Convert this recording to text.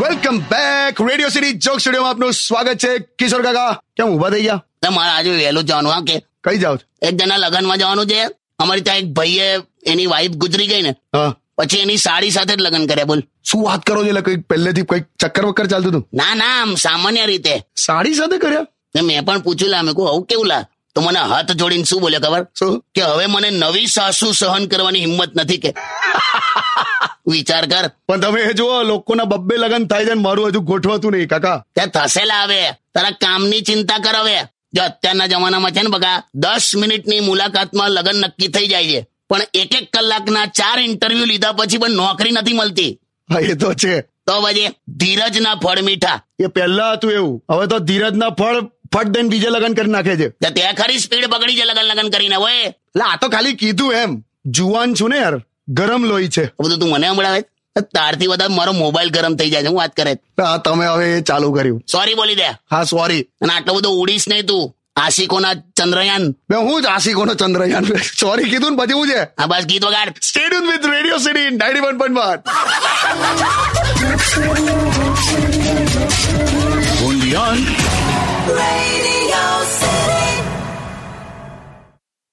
Welcome back Radio City joke studio આપનું સ્વાગત છે કિશોર કાકા કેમ ઉભા થઈ ગયા તો મારે આજે વહેલું જ જવાનું હા કે કઈ જાઓ છો? એક જણા લગ્નમાં જવાનું છે અમારી ત્યાં એક ભાઈએ એની વાઈફ ગુજરી ગઈ ને હા પછી એની સાડી સાથે જ લગ્ન કર્યા બોલ શું વાત કરો છો એટલે કઈક પહેલેથી કઈક ચક્કર વક્કર ચાલતું હતું ના ના આમ સામાન્ય રીતે સાડી સાથે કર્યા ને મેં પણ પૂછ્યું લા મેં કહું આવું કેવું લા તો મને હાથ જોડીને શું બોલ્યો ખબર શું કે હવે મને નવી સાસુ સહન કરવાની હિંમત નથી કે વિચાર કર પણ તમે એ જુઓ લોકોના બબ્બે લગન થાય છે ને મારું હજુ ગોઠવાતું નહીં કાકા ત્યાં થસેલા હવે તારા કામની ચિંતા કર હવે જો અત્યારના જમાનામાં છે ને બગા દસ મિનિટની મુલાકાતમાં લગ્ન નક્કી થઈ જાય છે પણ એક એક કલાકના ચાર ઇન્ટરવ્યુ લીધા પછી પણ નોકરી નથી મળતી હા એ તો છે તો પછી ધીરજના ફળ મીઠા એ પહેલા હતું એવું હવે તો ધીરજના ફળ ફટ દઈને બીજે લગન કરી નાખે છે તો ત્યાં ખરી સ્પીડ બગડી છે લગન લગન કરીને ઓય એટલે આ તો ખાલી કીધું એમ જુવાન છું ને યાર ગરમ લોહી છે આ બધું તું મને હમણાવે તારથી વધારે મારો મોબાઈલ ગરમ થઈ જાય છે હું વાત કરે હા તમે હવે એ ચાલુ કર્યું સોરી બોલી દે હા સોરી અને આટલો બધો ઉડીશ નહીં તું આશિકોના ચંદ્રયાન મેં હું જ આશિકોનો ચંદ્રયાન સોરી કીધું ને પછી હું છે આ બસ ગીત વગાડ stadium with Radio City ninety one